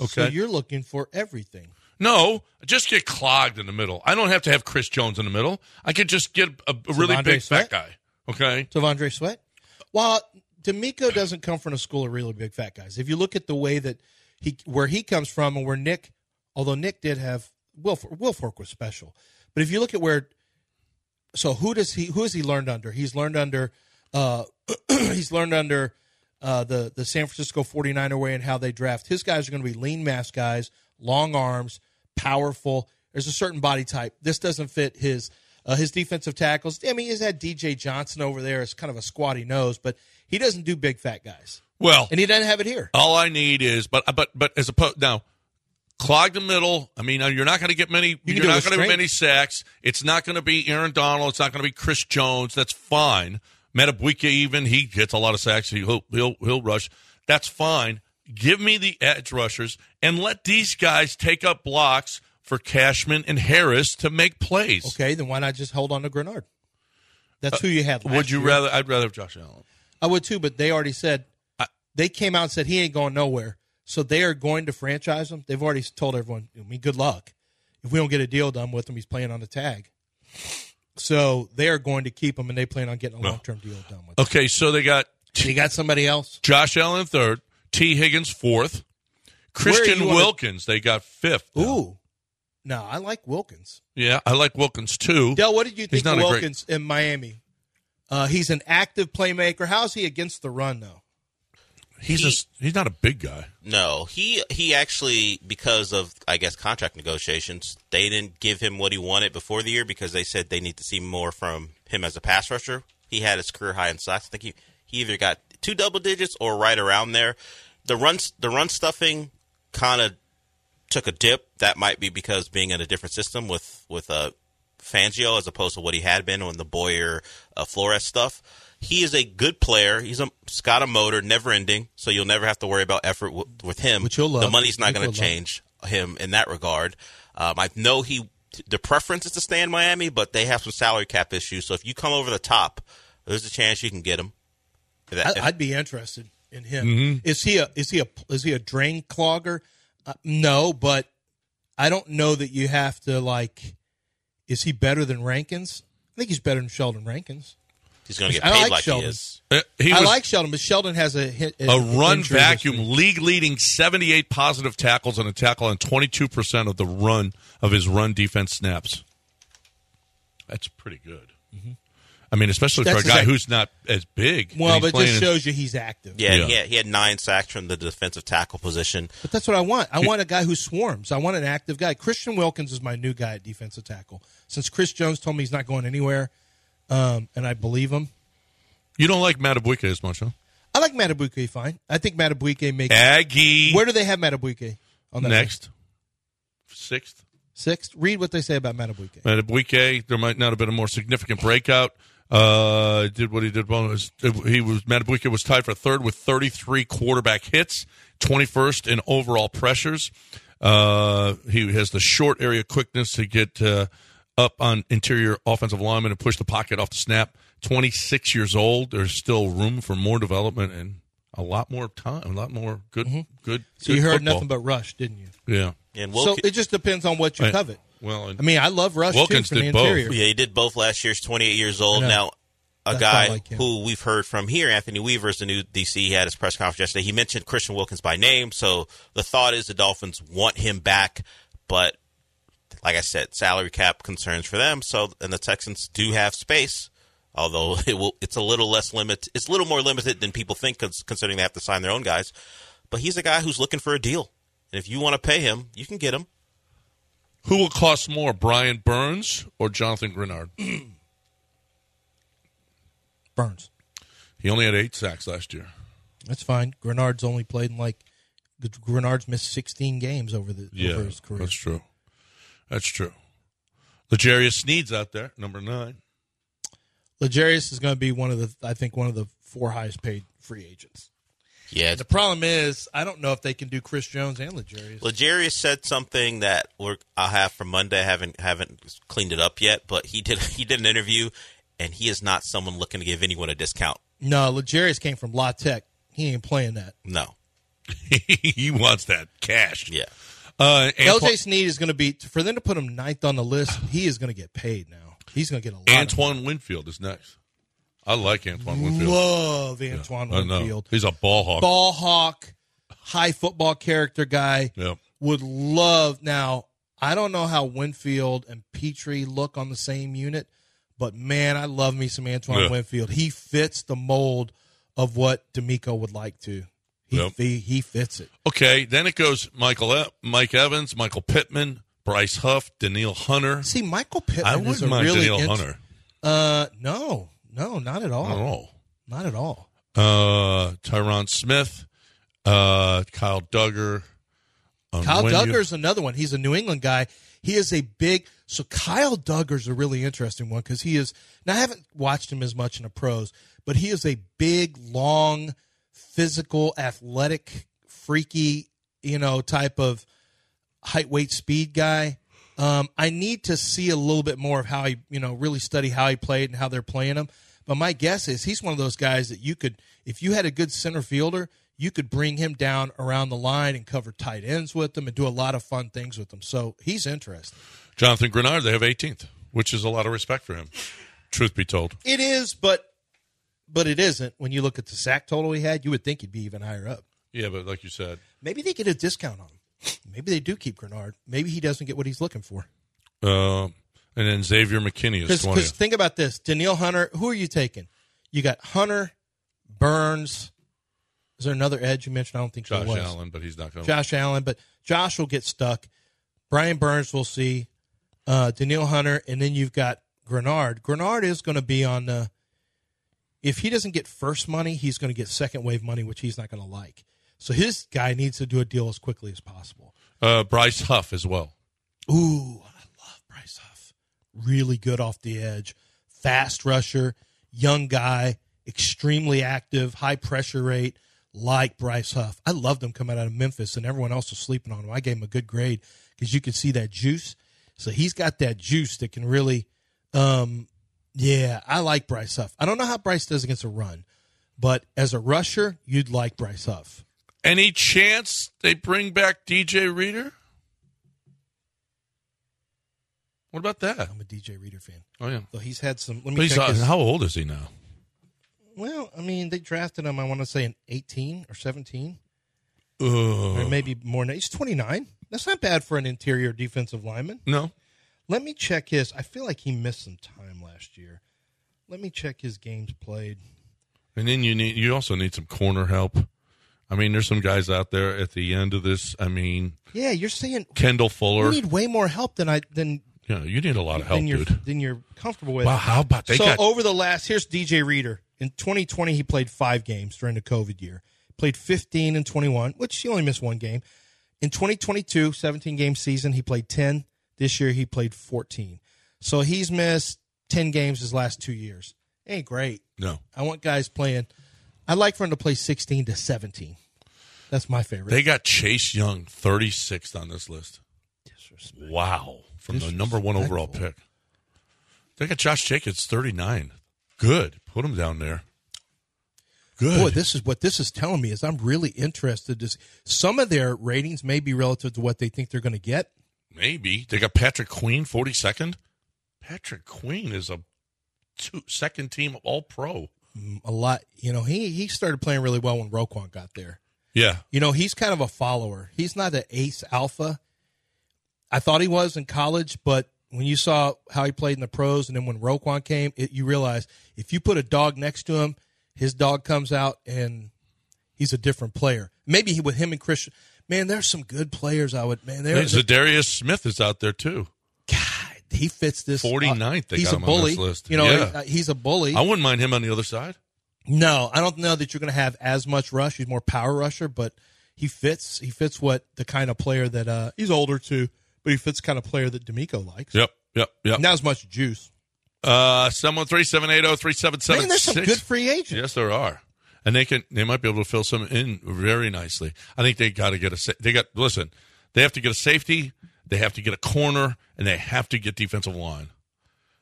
Okay. So you're looking for everything. No, just get clogged in the middle. I don't have to have Chris Jones in the middle. I could just get a, a really Devondre big Sweat? fat guy. Okay. Devondre Sweat. Well, D'Amico doesn't come from a school of really big fat guys. If you look at the way that he, where he comes from, and where Nick, although Nick did have Will, Will Fork was special, but if you look at where, so who does he? Who has he learned under? He's learned under, uh, (clears throat) he's learned under. Uh, the the San Francisco 49er way and how they draft his guys are going to be lean mass guys, long arms, powerful. There's a certain body type. This doesn't fit his uh, his defensive tackles. I mean, he's had DJ Johnson over there. It's kind of a squatty nose, but he doesn't do big fat guys, Well, and he doesn't have it here. all I need is, but but but as opposed now, clog the middle. I mean, you're not going to get many. can do You are it not with going to have strength. many sacks. It's not going to be Aaron Donald. It's not going to be Chris Jones. That's fine. Metabuike even he gets a lot of sacks. He'll he'll he'll rush. That's fine. Give me the edge rushers and let these guys take up blocks for Cashman and Harris to make plays. Okay, then why not just hold on to Grenard? That's who you had. Last Uh, Would you year. rather? I'd rather have Josh Allen. I would too, but they already said they came out and said he ain't going nowhere. So they are going to franchise him. They've already told everyone, I mean, good luck. If we don't get a deal done with him, he's playing on the tag. So they are going to keep him, and they plan on getting a Well, long term deal done with. Okay, so they got him. You got somebody else? Josh Allen third, T. Higgins fourth, Where are Christian you on the- Wilkins they got fifth. Ooh, no, I like Wilkins. Yeah, I like Wilkins too. Dell, what did you He's think not of a great- Wilkins in Miami? Uh, he's an active playmaker. How's he against the run though? He's just he's not a big guy. No, he he actually because of I guess contract negotiations, they didn't give him what he wanted before the year because they said they need to see more from him as a pass rusher. He had his career high in sacks. I think he, he either got two double digits or right around there. The runs the run stuffing kind of took a dip. That might be because being in a different system with with uh, Fangio as opposed to what he had been on the Boyer uh, Flores stuff. He is a good player. He's a he's got a motor, never ending, so you'll never have to worry about effort w- with him. Which you'll love. The money's Which not going you'll to love. change him in that regard. Um, I know he the preference is to stay in Miami, but they have some salary cap issues. So if you come over the top, there's a chance you can get him. If that- I, if- I'd be interested in him. Mm-hmm. Is he a is he a is he a drain clogger? Uh, no, but I don't know that you have to like. Is he better than Rankins? I think he's better than Sheldon Rankins. he's going to get I paid like like Sheldon. he is. Uh, He I was like Sheldon, but Sheldon has a hit, a run vacuum, league leading seventy eight positive tackles and a tackle on twenty two percent of the run of his run defense snaps. That's pretty good. I mean, especially Mm-hmm. That's for a guy exact- who's not as big. and Well, he's but it playing just in- shows you he's active. Yeah, Yeah. He, had, he had nine sacks from the defensive tackle position. But that's what I want. I want a guy who swarms. I want an active guy. Christian Wilkins is my new guy at defensive tackle. Since Chris Jones told me he's not going anywhere, um, and I believe him. you don't like Matabuike as much, huh? I like Matabuike fine. I think Matabuike makes Aggie Where do they have Matabuike on that list? next, sixth. sixth? Read what they say about Matabuike. Matabuike, there might not have been a more significant breakout. Uh, did what he did. Well, was, he was Matabuike was tied for third with 33 quarterback hits, 21st in overall pressures. Uh, he has the short area quickness to get uh, up on interior offensive linemen and push the pocket off the snap. 26 years old. There's still room for more development and a lot more time, a lot more good, good. Mm-hmm. So you good heard football. nothing but rush, didn't you? Yeah. And so Wilk- it just depends on what you Right. covet. Well, and- I mean, I love rush Wilkins too from did the both. interior. Yeah, he did both last year. He's 28 years old I know. now. A That's guy not like him. who we've heard from here, Anthony Weaver is the new DC. He had his press conference yesterday. He mentioned Christian Wilkins by name, so the thought is the Dolphins want him back. But like I said, salary cap concerns for them. So and the Texans do have space, although (laughs) it will. It's a little less limit. It's a little more limited than people think, cons- considering they have to sign their own guys. But he's a guy who's looking for a deal, and if you want to pay him, you can get him. Who will cost more, Brian Burns or Jonathan Grenard? Burns. He only had eight sacks last year. That's fine. Grenard's only played in like Grenard's missed 16 games over the over his career. that's true. That's true. Legarius Sneed's out there, number nine. (laughs) Legarius is going to be one of the I think one of the four highest paid free agents. Yeah, The problem is I don't know if they can do Chris Jones and Legarius. Legarius said something that we're, I'll have for Monday. I haven't haven't cleaned it up yet, but he did (laughs) he did an interview, and he is not someone looking to give anyone a discount. No, Legarius came from La Tech. He ain't playing that. No, he wants that cash. Yeah. Uh, Anto- LJ Sneed is going to be for them to put him ninth on the list. He is going to get paid now. He's going to get a lot. of Antoine Winfield is next. I like Antoine Winfield. Love Antoine I know. Winfield. He's a ball hawk. Ball hawk, high football character guy. Yep. Would love now. I don't know how Winfield and Petrie look on the same unit, but man, I love me some Antoine Yeah. Winfield. He fits the mold of what D'Amico would like to. He Yep. he, he fits it. Okay, then it goes Michael E- Mike Evans, Michael Pittman, Bryce Huff, Daniil Hunter. See, Michael Pittman I is wouldn't a mind really Daniil int- Hunter Uh, no, no, not at all. at all. Not at all. Uh, Tyron Smith, uh, Kyle Duggar. um, Kyle when you- Duggar's another one. He's a New England guy. He is a big. So Kyle Duggar's a really interesting one because he is. Now I haven't watched him as much in the pros, but he is a big, long, physical, athletic, freaky, you know, type of height, weight, speed guy. Um, I need to see a little bit more of how he, you know, really study how he played and how they're playing him. But my guess is he's one of those guys that you could, if you had a good center fielder, you could bring him down around the line and cover tight ends with him and do a lot of fun things with him. So he's interesting. Jonathan Grenard, they have 18th, which is a lot of respect for him, truth be told. It is, but but it isn't. When you look at the sack total he had, you would think he'd be even higher up. Yeah, but like you said, Maybe they get a discount on him. Maybe they do keep Grenard. Maybe he doesn't get what he's looking for. uh, and then Xavier McKinney is Because 20th. think about this, Daniil Hunter. Who are you taking? You got Hunter, Burns. Is there another edge you mentioned? I don't think Josh there was. Allen, but he's not going to. Josh Allen, but Josh will get stuck. Brian Burns will see. Uh, Daniil Hunter, and then you've got Grenard. Grenard is going to be on the. If he doesn't get first money, he's going to get second wave money, which he's not going to like. So his guy needs to do a deal as quickly as possible. Uh, Bryce Huff as well. Ooh, I love Bryce Huff. Really good off the edge, fast rusher, young guy, extremely active, high pressure rate. Like Bryce Huff, I loved him coming out of Memphis, and everyone else was sleeping on him. I gave him a good grade because you could see that juice. So he's got that juice that can really, um, yeah, I like Bryce Huff. I don't know how Bryce does against a run, but as a rusher, you'd like Bryce Huff. Any chance they bring back DJ Reader? What about that? I'm a DJ Reader fan, Oh, yeah. though he's had some. Let me But he's, check uh, his- how old is he now? Well, I mean, they drafted him. I want to say in eighteen or seventeen, Uh, or maybe more. than- He's twenty nine. That's not bad for an interior defensive lineman. no. Let me check his. I feel like he missed some time last year. Let me check his games played. And then you need you also need some corner help. I mean, there's some guys out there at the end of this. I mean, Yeah, you're saying Kendall we Fuller. need way more help than I than yeah, you need a lot of help, than you're dude. than you're comfortable with. Wow, how about they so got over the last here's DJ Reader in 2020 he played five games during the COVID year. Played 15 and 21, which he only missed one game. In 2022, 17 game season, he played 10. This year he played 14. So he's missed 10 games his last two years. Ain't great. no? I want guys playing. I'd like for him to play 16 to 17. That's my favorite. They got Chase Young 36th on this list. Wow, from the number one overall pick. They got Josh Jacobs, 39. Good. Put him down there. Good. Boy, this is what this is telling me is I'm really interested. To see. Some of their ratings may be relative to what they think they're going to get. Maybe. They got Patrick Queen, 42nd. Patrick Queen is a two, second team all pro. Mm, A lot, you know, he he started playing really well when Roquan got there. Yeah. You know, he's kind of a follower. He's not an ace alpha. I thought he was in college, but when you saw how he played in the pros, and then when Roquan came, it, you realize if you put a dog next to him, his dog comes out and he's a different player. Maybe he, with him and Christian, man, there's some good players. I would man, there There's Zadarius Smith is out there too. he fits this 49th. They he's got a him bully. on this list. You know, Yeah. he- he's a bully. I wouldn't mind him on the other side. No, I don't know that you're going to have as much rush. He's more power rusher, but he fits. He fits what the kind of player that uh, he's older too, but he fits the kind of player that D'Amico likes. Yep. Yep. Yep. Not as much juice. Uh, someone three seven eight zero three seven seven. Man, there's some good free agents. Yes, there are, and they can they might be able to fill some in very nicely. I think they got to get a sa- they got listen. They have to get a safety. They have to get a corner, and they have to get defensive line.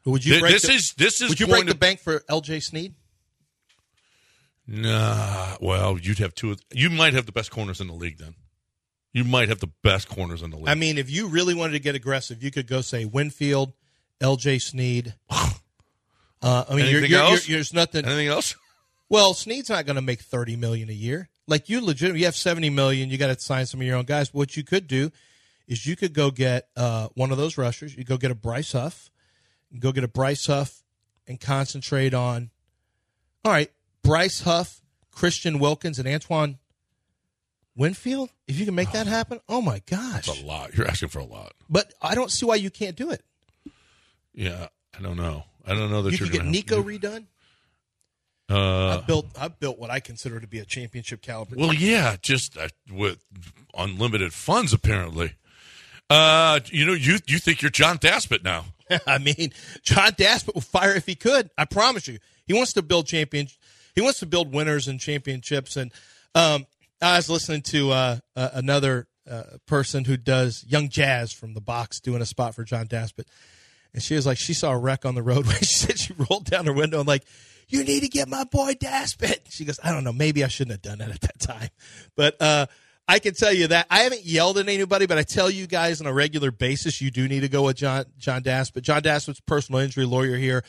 Would you? Th- break this the, is- this is Would you going break the to- bank for L.J. Sneed? Nah, well, you'd have two. Of, you might have the best corners in the league. Then you might have the best corners in the league. I mean, if you really wanted to get aggressive, you could go say Winfield, L.J. (sighs) Sneed. Uh, I mean, you're, Anything you're- else? you're- there's nothing. (laughs) Anything else? Well, Snead's not going to make thirty million a year. Like you, legit, you have seventy million. You got to sign some of your own guys. What you could do is you could go get uh, one of those rushers. You go get a Bryce Huff, go get a Bryce Huff, and concentrate on. All right, Bryce Huff, Christian Wilkins, and Antoine Winfield. If you can make that happen, oh my gosh! That's a lot. You're asking for a lot. But I don't see why you can't do it. Yeah, I don't know. I don't know that You are could get gonna Nico have, redone. Uh, I built I built what I consider to be a championship caliber. Well, yeah, just uh, with unlimited funds, apparently. Uh, you know, you you think you're John Daspit now? (laughs) I mean, John Daspit would fire if he could. I promise you. He wants to build champion. He wants to build winners and championships. And um, I was listening to uh, uh, another uh, person who does young jazz from the box doing a spot for John Daspit, and she was like, she saw a wreck on the roadway. (laughs) she said she rolled down her window and like, you need to get my boy Daspit. She goes, I don't know, maybe I shouldn't have done that at that time, but. uh I can tell you that I haven't yelled at anybody, but I tell you guys on a regular basis, you do need to go with John John Daspit. John Daspit's a personal injury lawyer here.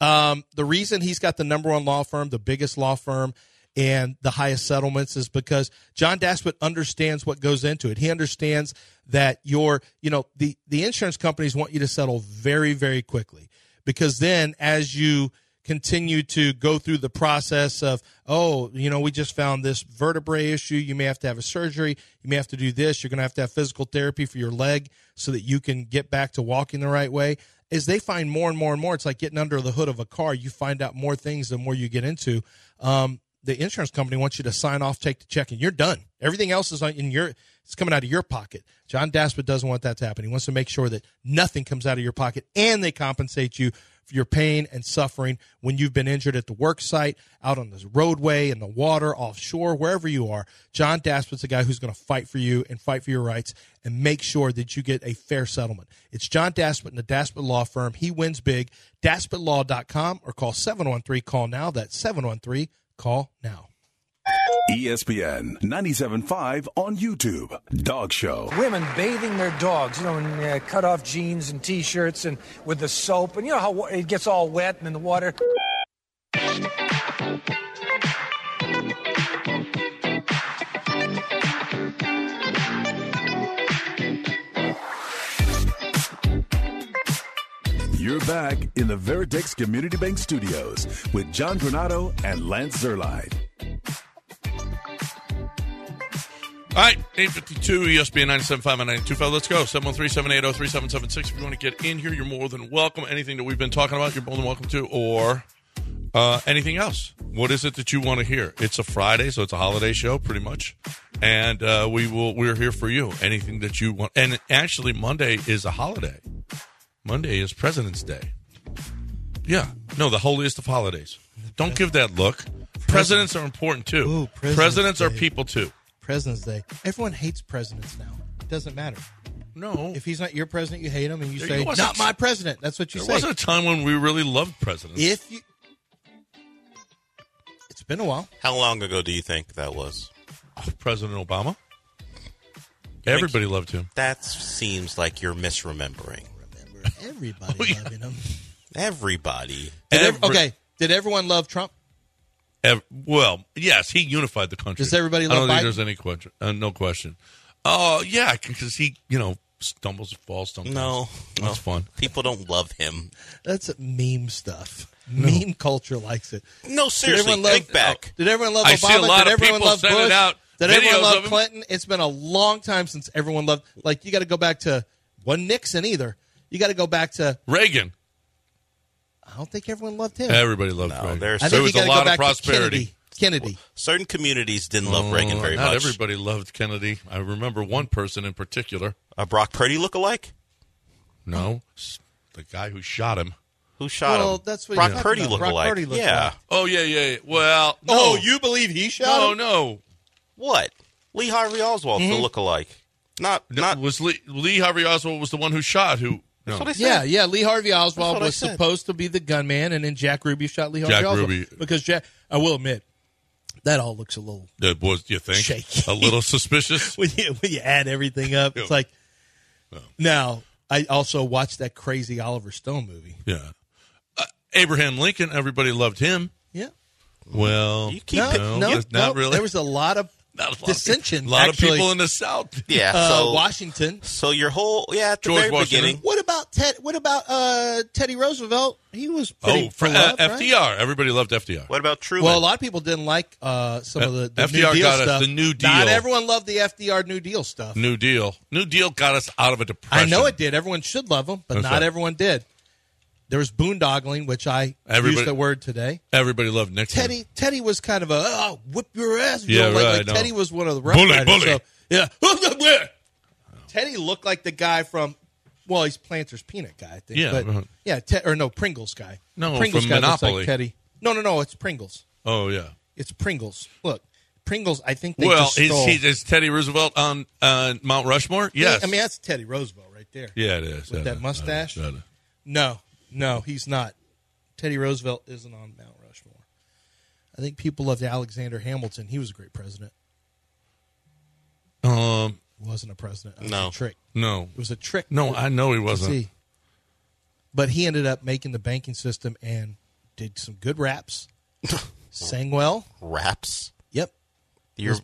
Um, the reason he's got the number one law firm, the biggest law firm, and the highest settlements is because John Daspit understands what goes into it. He understands that your, you know, the the insurance companies want you to settle very, very quickly because then as you continue to go through the process of oh you know we just found this vertebrae issue you may have to have a surgery you may have to do this you're going to have to have physical therapy for your leg so that you can get back to walking the right way as they find more and more and more it's like getting under the hood of a car you find out more things the more you get into um, the insurance company wants you to sign off take the check and you're done everything else is on in your it's coming out of your pocket john daspit doesn't want that to happen he wants to make sure that nothing comes out of your pocket and they compensate you for your pain and suffering when you've been injured at the work site, out on the roadway, in the water, offshore, wherever you are. John Daspit's the guy who's going to fight for you and fight for your rights and make sure that you get a fair settlement. It's John Daspit and the Daspit Law Firm. He wins big. DaspitLaw.com or call 713 call now. That's 713 call now. E ESPN 97.5 on YouTube. Dog Show. Women bathing their dogs, you know, in uh, cut off jeans and t shirts and with the soap. And you know how wa- it gets all wet and in the water. You're back in the Veritex Community Bank Studios with John Granado and Lance Zerline. All right, E 852 ESPN 975 and 925. Let's go. 713 780 3776. If you want to get in here, you're more than welcome. Anything that we've been talking about, you're more than welcome to, or uh, anything else. What is it that you want to hear? It's a Friday, so it's a holiday show, pretty much. And uh, we will, we're here for you. Anything that you want. And actually, Monday is a holiday. Monday is President's Day. Yeah. No, the holiest of holidays. Don't give that look. Presidents are important too. Ooh, President's presidents are Day. people too. President's Day. Everyone hates presidents now. It doesn't matter. No. If he's not your president, you hate him, and you There say, you wasn't- "Not my president." That's what you There say. wasn't a time when we really loved presidents. If you, it's been a while. How long ago do you think that was? President Obama? Everybody loved him. That seems like you're misremembering. Everybody Oh, loving (laughs) him. Everybody. Did ev- okay. Did everyone love Trump? Ev- well, yes, he unified the country. Does everybody I don't love think Biden? there's any question. Uh, no question. Oh yeah, because he you know stumbles and falls. Sometimes. No, that's no. fun. People don't love him. That's meme stuff. Meme culture likes it. No, Did seriously, everyone love- Oh, think back. oh. Did everyone love I see Obama? a lot did of everyone people love sending Bush? out did videos everyone of love him. Clinton? It's been a long time since everyone loved. Like you got to go back to one Nixon either. You got to go back to. Reagan. I don't think everyone loved him. Everybody loved No, Reagan. there's- I think there you was gotta a go lot of back to prosperity. Kennedy. Kennedy. Certain communities didn't love Reagan Oh, very not much. everybody loved Kennedy. I remember one person in particular. A Brock Purdy lookalike? No, s- the guy who shot him. Who shot Well, him? that's what you're Brock talking Purdy about. lookalike. Brock Purdy lookalike. yeah. Oh yeah, yeah. yeah. Well, no. Ah. Oh, you believe he shot no, him? no. What? Lee Harvey Oswald's the lookalike. Not No, not. was Lee, Lee Harvey Oswald was the one who shot who. No. what I said. Yeah, yeah. Lee Harvey Oswald what I was said. supposed to be the gunman, and then Jack Ruby shot Lee Harvey Jack Oswald Ruby. because Jack. I will admit, that all looks a little (laughs) That was you think Shaky. a little (laughs) suspicious. when you when you add everything up. It's Yeah. like now I also watched that crazy Oliver Stone movie. Yeah. Uh, Abraham Lincoln, everybody loved him. Yeah, Mm-hmm. Well, You keep it- no, no, that's not no, really. There was a lot of Not a lot of- dissension. a lot actually. of people in the South. Yeah. uh, so Washington. so your whole yeah at the George very Washington. beginning. What about Ted? What about uh, Teddy Roosevelt? He was pretty (laughs) Oh, for, beloved, uh, right? FDR. Everybody loved FDR. What about Truman? Well, a lot of people didn't like uh, some of the, the FDR New Deal got us stuff. the New Not Deal. everyone loved the FDR New Deal stuff. New Deal. New Deal got us out of a I depression. know it did. Everyone should love them, but That's not right. everyone did. There was boondoggling, which I Everybody- used the word today. Everybody loved Nixon. Teddy Teddy was kind of a oh, whip your ass. You Yeah, know, like, right, like no. Teddy was one of the rough Bully, riders, bully. so- yeah. Teddy looked like the guy from well, he's Planters Peanut guy, I think. Yeah, but, uh-huh. yeah, Te- or no Pringles guy. No, Pringles from guy looks Monopoly. like Teddy. No, no, no, it's Pringles. (laughs) Oh yeah. It's Pringles. Look, Pringles. I think they Well, just is, stole. he, is Teddy Roosevelt on uh, Mount Rushmore? Yes. I mean that's Teddy Roosevelt right there. yeah, it is. with Yeah, that it is. mustache. Yeah, it is. No, no, he's not. Teddy Roosevelt isn't on Mount Rushmore. I think people loved Alexander Hamilton. He was a great president. Um, wasn't a president. It was No. a trick. no, It was a trick. no. to- I know he to wasn't. see. But he ended up making the banking system and did some good (laughs) raps. sang well. raps. Yep. You're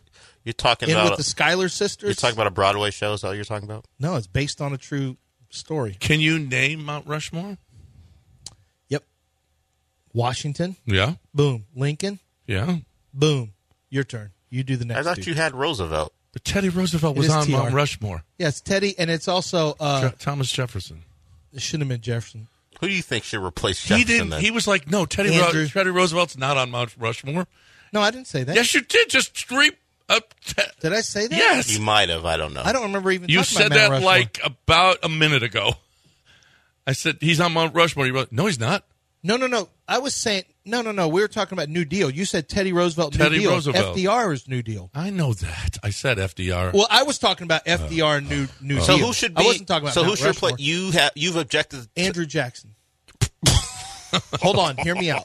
you're talking In about with the Schuyler sisters. you're talking about a Broadway show. Is that what you're talking about? No, it's based on a true story. Can you name Mount Rushmore? Yep. Washington. Yeah. Boom. Lincoln. Yeah. Boom. Your turn. You do the next. I thought dude. you had Roosevelt. But Teddy Roosevelt It was is on TR. Mount Rushmore. Yeah, it's Teddy, and it's also uh, Je- Thomas Jefferson. it shouldn't have been Jefferson. Who do you think should replace Jefferson? he didn't. Then? He was like, no, Teddy, Ro- Andrew. Teddy Roosevelt's not on Mount Rushmore. No, I didn't say that. Yes, you did. Just stream up. Te- Did I say that? yes, You might have. I don't know. I don't remember even. you talking said about Mount that Rushmore. like about a minute ago. I said he's on Mount Rushmore. You wrote, no, he's not. No, no, no. I was saying no, no, no. We were talking about New Deal. You said Teddy Roosevelt. Teddy New Deal. Roosevelt. FDR is New Deal. I know that. I said FDR. Well, I was talking about FDR New New uh, So Deal. who should be? I wasn't talking about so who Mount should play? Rushmore. You have you've objected. to- Andrew Jackson. Hold on, hear me out.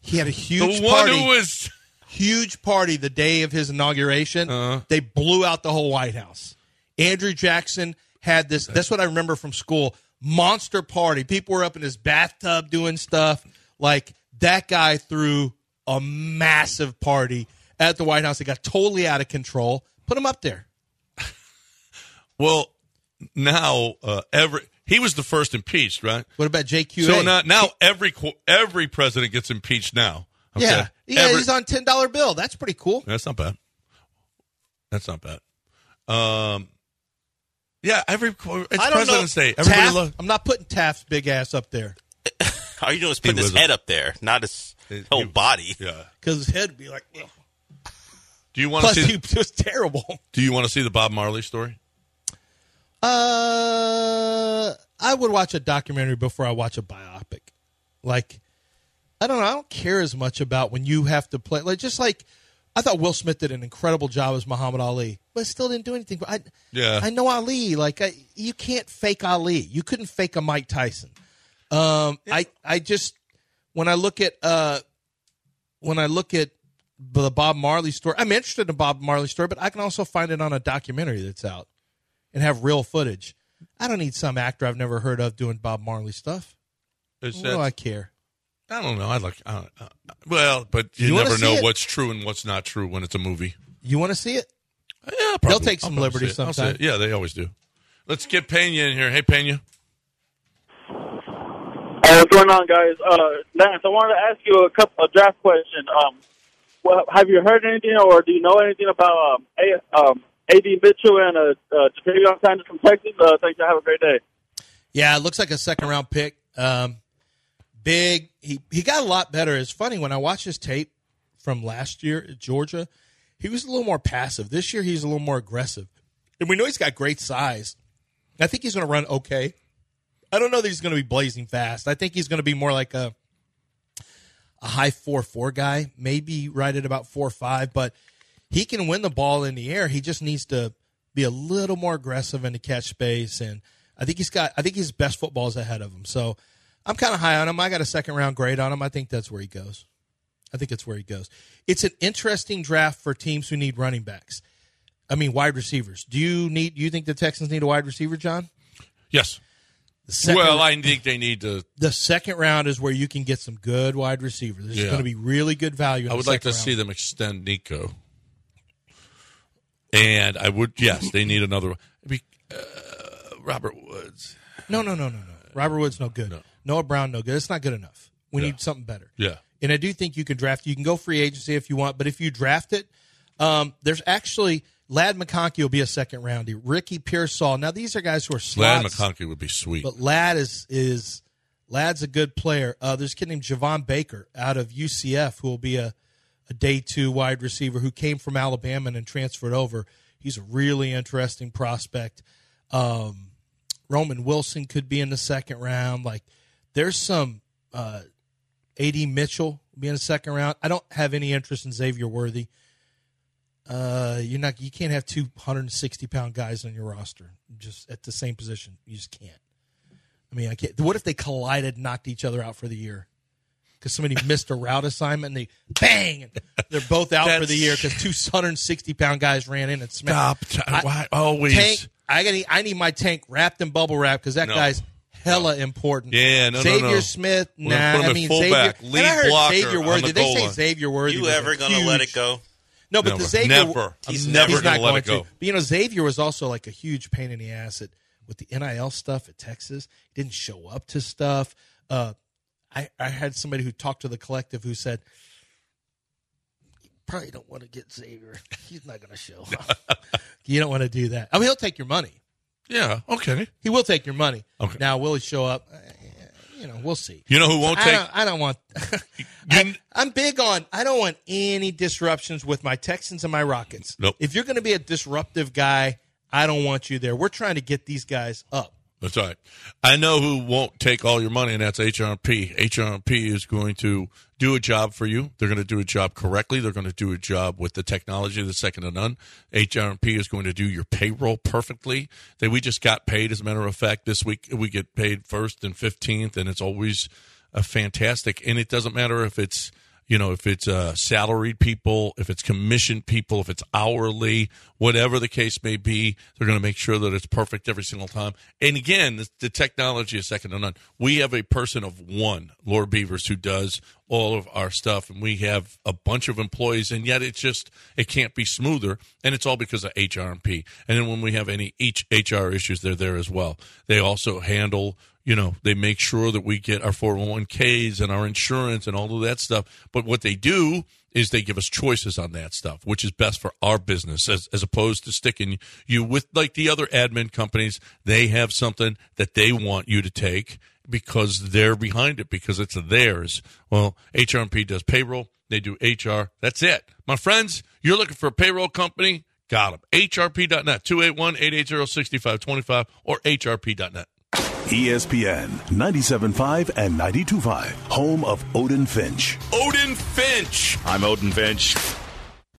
He had a the huge one party, who was. huge party the day of his inauguration. Uh-huh. They blew out the whole White House. Andrew Jackson had this. That's what I remember from school. Monster party. People were up in his bathtub doing stuff. Like that guy threw a massive party at the White House. It got totally out of control. Put him up there. Well, now uh, every he was the first impeached, right? What about JQ? So now, now every qu- every president gets impeached now. Okay? yeah, yeah, Every- he's on ten dollar bill. That's pretty cool. That's not bad. That's not bad. Um, yeah, every it's I don't know. President's Day. Everybody Taft? loves. I'm not putting Taft's big ass up there All you doing is putting He his was a- head up there, not his It- whole he was- body. Yeah. because his head would be like. "Ugh." Do you want to Plus, see? he was terrible. Do you want to see the Bob Marley story? Uh, I would watch a documentary before I watch a biopic. Like, I don't know. I don't care as much about when you have to play. Like, just like I thought Will Smith did an incredible job as Muhammad Ali, but still didn't do anything. But I, Yeah. I know Ali. Like I, you can't fake Ali. You couldn't fake a Mike Tyson. Um, I, I just when I look at uh, when I look at the Bob Marley story, I'm interested in the Bob Marley story, but I can also find it on a documentary that's out and have real footage. I don't need some actor I've never heard of doing Bob Marley stuff. Is What that- do I care? I don't know. I like. I don't, uh, well, but you, You wanna never see know it? what's true and what's not true when it's a movie. You want to see it? Yeah, they'll Probably- take I'll some probably liberties see it. I'll see sometime. it. Yeah, they always do. Let's get Pena in here. Hey, Pena. Uh, what's going on, guys? Uh, Lance, I wanted to ask you a couple a draft question. Um, well, have you heard anything or do you know anything about um, a, um, AD Mitchell and uh, uh, Javion Sanders from Texas? Uh, thanks. Have a great day. Yeah, it looks like a second round pick. Um, big. He he got a lot better. It's funny when I watch his tape from last year at Georgia, he was a little more passive. This year he's a little more aggressive, and we know he's got great size. I think he's going to run okay. I don't know that he's going to be blazing fast. I think he's going to be more like a a high four four guy, maybe right at about four five, but he can win the ball in the air. He just needs to be a little more aggressive in the catch space, and I think he's got. I think his best football is ahead of him. So I'm kind of high on him. I got a second round grade on him. I think that's where he goes. I think that's where he goes. It's an interesting draft for teams who need running backs. I mean, wide receivers. Do you need? You think the Texans need a wide receiver, John? Yes. second- well, I think they need to. The second round is where you can get some good wide receivers. There's Yeah. going to be really good value. in I the would like to second round. see them extend Nico. And I would. Yes, they need another. one. Be- Uh, Robert Woods. No, no, no, no, no. Robert Woods, no good. Noah Brown, no good. It's not good enough. We need something better. Yeah. And I do think you can draft. You can go free agency if you want, but if you draft it, um, there's actually Lad McConkey will be a second roundie. Ricky Pearsall. Now these are guys who are Lad slots, McConkey would be sweet. but Lad is is Lad's a good player. Uh, there's a kid named Javon Baker out of UCF who will be a a day two wide receiver who came from Alabama and then transferred over. He's a really interesting prospect. Um, Roman Wilson could be in the second round. Like there's some uh, AD Mitchell will be in the second round. I don't have any interest in Xavier Worthy. Uh, you're not. You can't have two 160 pound guys on your roster just at the same position. You just can't. I mean, I can't. What if they collided, and knocked each other out for the year? Because somebody (laughs) missed a route assignment, and they bang, and they're both out for the year because two 160 pound guys ran in and smashed. Stop. T- why always- Tank, I got. I need my tank wrapped in bubble wrap because that No. guy's hella important. Yeah, no, no, Xavier no. Smith. We're gonna Nah, put him I at mean Xavier. fullback, and lead I heard blocker Xavier on Worthy. the they goal say line. Xavier Worthy. You was a ever gonna let it go? No, but the Never. Xavier Never. He's He's never he's gonna not let going it go. to. But you know, Xavier was also like a huge pain in the ass at, with the NIL stuff at Texas. He didn't show up to stuff. Uh, I I had somebody who talked to the collective who said, "Probably don't want to get Xavier. He's not going to show (laughs) up. you don't want to do that. I mean, he'll take your money. Yeah. Okay. He will take your money. Okay. Now, will he show up? Uh, You know, we'll see. You know who won't I take- Don't, I don't want. (laughs) I, am big on. I don't want any disruptions with my Texans and my Rockets. Nope. If you're going to be a disruptive guy, I don't want you there. We're trying to get these guys up. That's all right. I know who won't take all your money, and that's HRP. HRP is going to do a job for you. They're going to do a job correctly. They're going to do a job with the technology that's second to none. HRP is going to do your payroll perfectly. They, we just got paid, as a matter of fact. This week we get paid first and 15th, and it's always a fantastic. And it doesn't matter if it's you know if it's uh, salaried people if it's commissioned people if it's hourly whatever the case may be they're going to make sure that it's perfect every single time and again the, the technology is second to none we have a person of one lord beavers who does all of our stuff and we have a bunch of employees and yet it's just it can't be smoother and it's all because of hrmp and then when we have any each hr issues they're there as well they also handle you know they make sure that we get our 401ks and our insurance and all of that stuff but what they do is they give us choices on that stuff which is best for our business as, as opposed to sticking you with like the other admin companies they have something that they want you to take because they're behind it because it's theirs well hrmp does payroll they do hr that's it my friends you're looking for a payroll company got them hrp.net 281-880-6525 or hrp.net E ESPN 97.5 and 92.5, home of Odin Finch. Odin Finch. I'm Odin Finch.